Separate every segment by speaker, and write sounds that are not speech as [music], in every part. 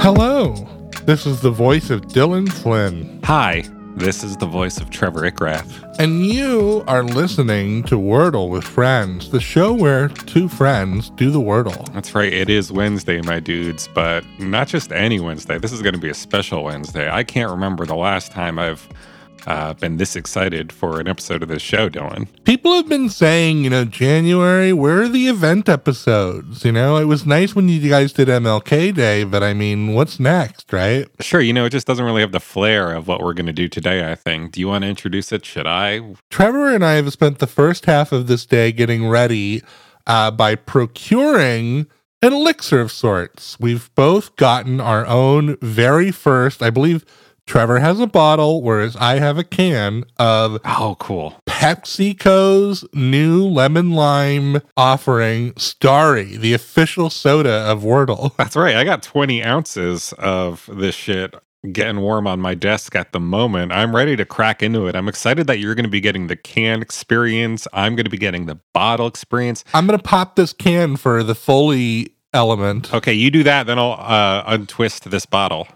Speaker 1: Hello.
Speaker 2: This is the voice of Dylan Flynn,
Speaker 3: Hi, this is the voice of Trevor Ickrath.
Speaker 2: and you are listening to Wordle with Friends, the show where two friends do the Wordle.
Speaker 3: That's right, it is Wednesday, my dudes, but not just any Wednesday. This is going to be a special Wednesday. I can't remember the last time I've uh, been this excited for an episode of this show, Dylan.
Speaker 2: People have been saying, you know, January, where are the event episodes? You know, it was nice when you guys did MLK Day, but I mean, what's next, right?
Speaker 3: Sure, you know, it just doesn't really have the flair of what we're going to do today, I think. Do you want to introduce it? Should I?
Speaker 2: Trevor and I have spent the first half of this day getting ready uh, by procuring an elixir of sorts. We've both gotten our own very first, I believe Trevor has a bottle, whereas I have a can of
Speaker 3: Oh, cool.
Speaker 2: PepsiCo's new lemon lime offering, Starry, the official soda of Wordle. [laughs]
Speaker 3: That's right. I got 20 ounces of this shit getting warm on my desk at the moment. I'm ready to crack into it. I'm excited that you're going to be getting the can experience. I'm going to be getting the bottle experience.
Speaker 2: I'm going to pop this can for the Foley element.
Speaker 3: Okay, you do that, then I'll uh, untwist this bottle.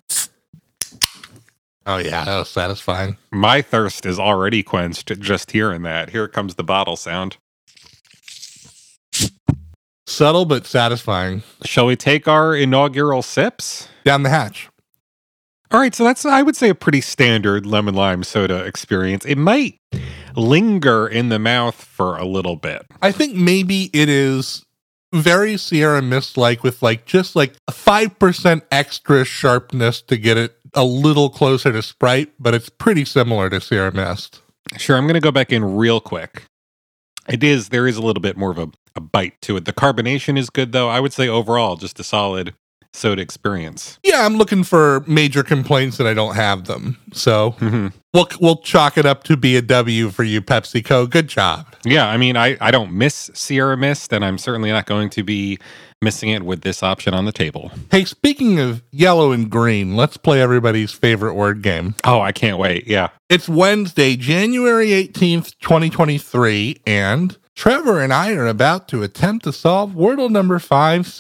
Speaker 2: Oh, yeah, that was satisfying.
Speaker 3: My thirst is already quenched just hearing that. Here comes the bottle sound.
Speaker 2: Subtle but satisfying.
Speaker 3: Shall we take our inaugural sips?
Speaker 2: Down the hatch.
Speaker 3: All right, so that's I would say a pretty standard lemon lime soda experience. It might linger in the mouth for a little bit.
Speaker 2: I think maybe it is very Sierra Mist like with like just like a 5% extra sharpness to get it a little closer to Sprite, but it's pretty similar to Sierra Mist.
Speaker 3: Sure, I'm going to go back in real quick. It is there is a little bit more of a, a bite to it. The carbonation is good though. I would say overall just a solid soda experience.
Speaker 2: Yeah, I'm looking for major complaints and I don't have them. So
Speaker 3: Mhm.
Speaker 2: we'll we'll chalk it up to be a W for you, PepsiCo. Good job.
Speaker 3: Yeah, I mean I I don't miss Sierra Mist and I'm certainly not going to be missing it with this option on the table.
Speaker 2: Hey, speaking of yellow and green, let's play everybody's favorite word game.
Speaker 3: Oh, I can't wait. Yeah.
Speaker 2: It's Wednesday, January 18th, 2023, and Trevor and I are about to attempt to solve Wordle number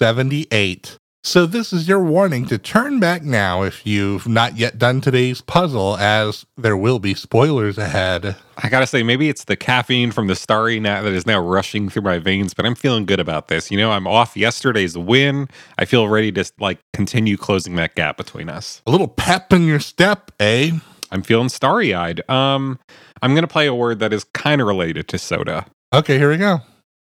Speaker 2: 578. So, this is your warning to turn back now if you've not yet done today's puzzle, as there will be spoilers ahead.
Speaker 3: I gotta say, maybe it's the caffeine from the starry night that is now rushing through my veins, but I'm feeling good about this. You know, I'm off yesterday's win. I feel ready to like continue closing that gap between us.
Speaker 2: A little pep in your step, eh?
Speaker 3: I'm feeling starry eyed. Um, I'm gonna play a word that is kind of related to soda.
Speaker 2: Okay, here we go.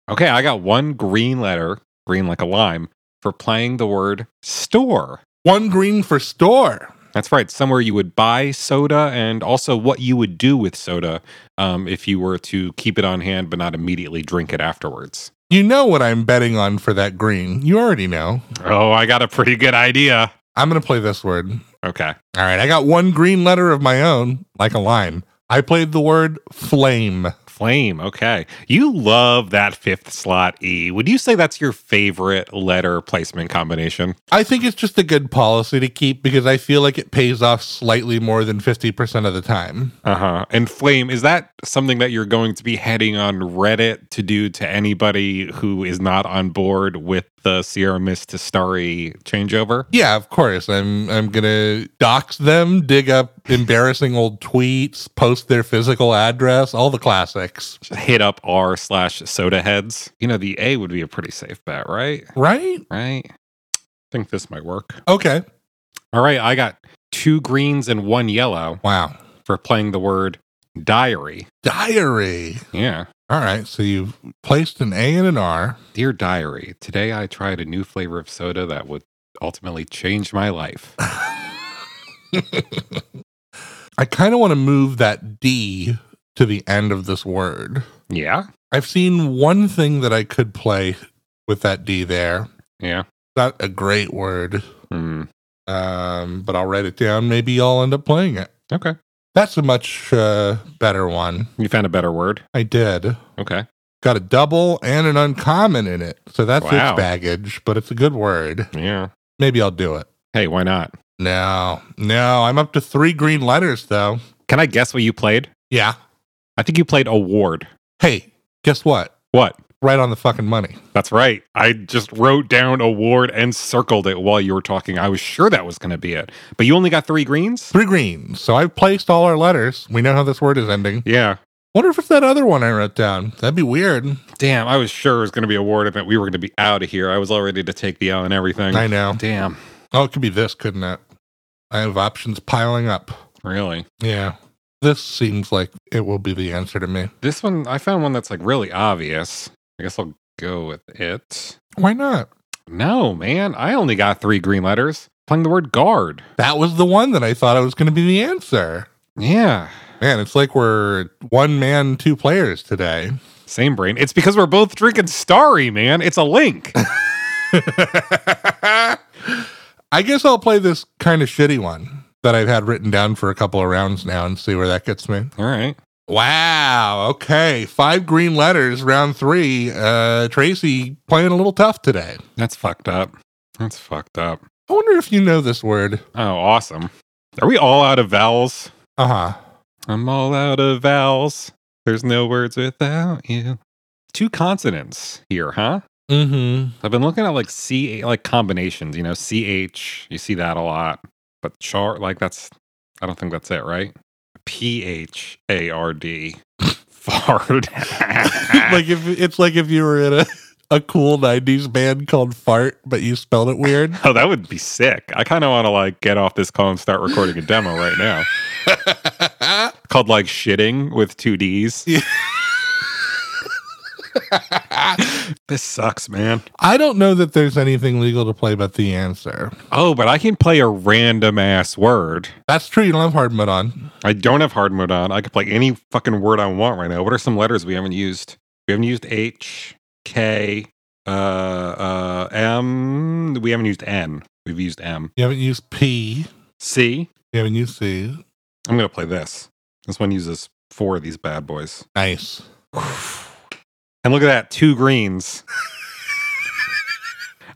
Speaker 3: Okay, I got one green letter, green like a lime, for playing the word store.
Speaker 2: One green for store.
Speaker 3: That's right, somewhere you would buy soda and also what you would do with soda um, if you were to keep it on hand but not immediately drink it afterwards.
Speaker 2: You know what I'm betting on for that green. You already know.
Speaker 3: Oh, I got a pretty good idea.
Speaker 2: I'm going to play this word.
Speaker 3: Okay.
Speaker 2: All right, I got one green letter of my own, like a lime. I played the word flame.
Speaker 3: Flame. Okay. You love that fifth slot E. Would you say that's your favorite letter placement combination?
Speaker 2: I think it's just a good policy to keep because I feel like it pays off slightly more than 50% of the time.
Speaker 3: Uh huh. And flame, is that something that you're going to be heading on Reddit to do to anybody who is not on board with the Sierra Mist to Starry changeover?
Speaker 2: Yeah, of course. I'm I'm going to dox them, dig up embarrassing old tweets, post their physical address, all the classics.
Speaker 3: Hit up r slash soda heads. You know, the A would be a pretty safe bet, right?
Speaker 2: Right?
Speaker 3: Right? think this might work.
Speaker 2: Okay.
Speaker 3: All right. I got two greens and one yellow
Speaker 2: Wow.
Speaker 3: for playing the word diary.
Speaker 2: Diary.
Speaker 3: Yeah.
Speaker 2: All right, so you've placed an A and an R.
Speaker 3: Dear diary, today I tried a new flavor of soda that would ultimately change
Speaker 2: [laughs]
Speaker 3: my life.
Speaker 2: I kind of want to move that D to the end of this word.
Speaker 3: Yeah.
Speaker 2: I've seen one thing that I could play with that D there.
Speaker 3: Yeah.
Speaker 2: Not a great word,
Speaker 3: Hmm.
Speaker 2: um, but I'll write it down. Maybe I'll end up playing it.
Speaker 3: Okay.
Speaker 2: That's a much uh, better one.
Speaker 3: You found a better word.
Speaker 2: I did.
Speaker 3: Okay.
Speaker 2: Got a double and an uncommon in it. So that's
Speaker 3: Wow.
Speaker 2: its baggage, but it's a good word.
Speaker 3: Yeah.
Speaker 2: Maybe I'll do it.
Speaker 3: Hey, why not?
Speaker 2: No, no, I'm up to three green letters though.
Speaker 3: Can I guess what you played?
Speaker 2: Yeah.
Speaker 3: I think you played award.
Speaker 2: Hey, guess what?
Speaker 3: What?
Speaker 2: right on the fucking money.
Speaker 3: That's right. I just wrote down award and circled it while you were talking. I was sure that was going to be it, but you only got three greens?
Speaker 2: Three greens. So I've placed all our letters. We know how this word is ending.
Speaker 3: Yeah.
Speaker 2: Wonder if it's that other one I wrote down. That'd be weird.
Speaker 3: Damn, I was sure it was going to be award event. We were going to be out of here. I was all ready to take the L and everything.
Speaker 2: I know.
Speaker 3: Damn.
Speaker 2: Oh, it could be this, couldn't it? I have options piling up.
Speaker 3: Really?
Speaker 2: Yeah. This seems like it will be the answer to me.
Speaker 3: This one, I found one that's like really obvious. I guess I'll go with it.
Speaker 2: Why not?
Speaker 3: No, man. I only got three green letters. Playing the word guard.
Speaker 2: That was the one that I thought I was going to be the answer.
Speaker 3: Yeah.
Speaker 2: Man, it's like we're one man, two players today. [laughs]
Speaker 3: Same brain. It's because we're both drinking Starry, man. It's a link.
Speaker 2: I guess I'll play this kind of shitty one that I've had written down for a couple of rounds now and see where that gets me.
Speaker 3: all right.
Speaker 2: Wow. Okay. Five green letters, round three. Uh, Tracy playing a little tough today.
Speaker 3: That's fucked up. That's fucked up.
Speaker 2: I wonder if you know this word.
Speaker 3: Oh, awesome. Are we all out of vowels?
Speaker 2: Uh huh.
Speaker 3: I'm all out of vowels. There's no words without you. Two consonants here, huh?
Speaker 2: Mm
Speaker 3: I've been looking at like C like combinations, you know, CH, you see that a lot. But char like that's I don't think that's it, right? P H A R D. [laughs] Fard. Ah.
Speaker 2: like if it's like if you were in a, a cool 90s band called Fart, but you spelled it
Speaker 3: [laughs]
Speaker 2: weird.
Speaker 3: oh, that would be sick. I kind of want to like get off this call and start recording a demo right now called like shitting with two D's. [laughs] This sucks, man.
Speaker 2: I don't know that there's anything legal to play but the answer.
Speaker 3: Oh, but I can play a random ass word.
Speaker 2: That's true. You don't have hard mud on.
Speaker 3: I don't have hard mode on. I could play any fucking word I want right now. What are some letters we haven't used? We haven't used H, K, uh, uh, M. We haven't used N. We've used M.
Speaker 2: You haven't used P.
Speaker 3: C.
Speaker 2: You haven't used C.
Speaker 3: I'm gonna play this. This one uses four of these bad boys.
Speaker 2: Nice.
Speaker 3: And look at that, two greens.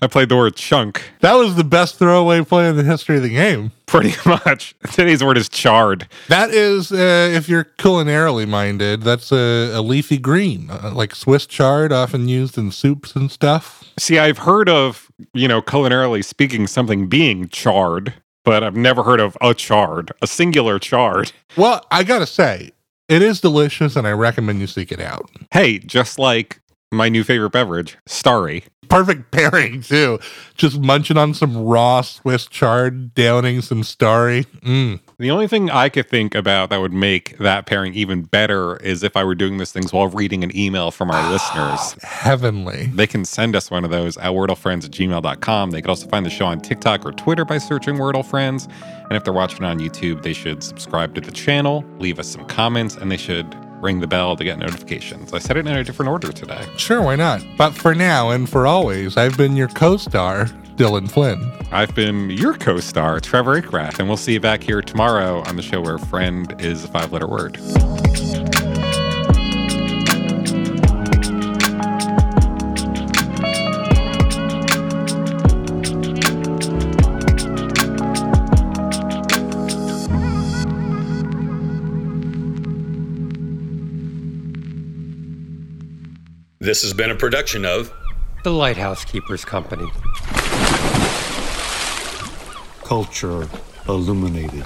Speaker 3: I played the word chunk
Speaker 2: That was the best throwaway play in the history of the game.
Speaker 3: pretty [laughs] much. Today's word is charred.
Speaker 2: That is, uh, if you're culinarily minded, that's a, a leafy green, uh, like Swiss chard, often used in soups and stuff.
Speaker 3: See, I've heard of, you know, culinarily speaking, something being charred, but I've never heard of a charred, a singular charred.
Speaker 2: Well, I gotta say, it is delicious, and I recommend you seek it out.
Speaker 3: Hey, just like my new favorite beverage, Starry.
Speaker 2: Perfect [laughs] pairing too. Just munching on some raw Swiss chard, downing some starry. Mm.
Speaker 3: The only thing I could think about that would make that pairing even better is if I were doing these things while reading an email from our listeners.
Speaker 2: Heavenly.
Speaker 3: They can send us one of those at wordlefriends at gmail.com. They could also find the show on TikTok or Twitter by searching Wordle Friends. And if they're watching on YouTube, they should subscribe to the channel, leave us some comments, and they should ring the bell to get notifications. I said it in a different order today.
Speaker 2: Sure, why not? But for now and for always, I've been your co-star, Dylan Flynn.
Speaker 3: I've been your co star, Trevor Ickrath, and we'll see you back here tomorrow on the show where friend is a five letter word.
Speaker 1: This has been a production of
Speaker 4: The Lighthouse Keepers Company.
Speaker 5: culture illuminated.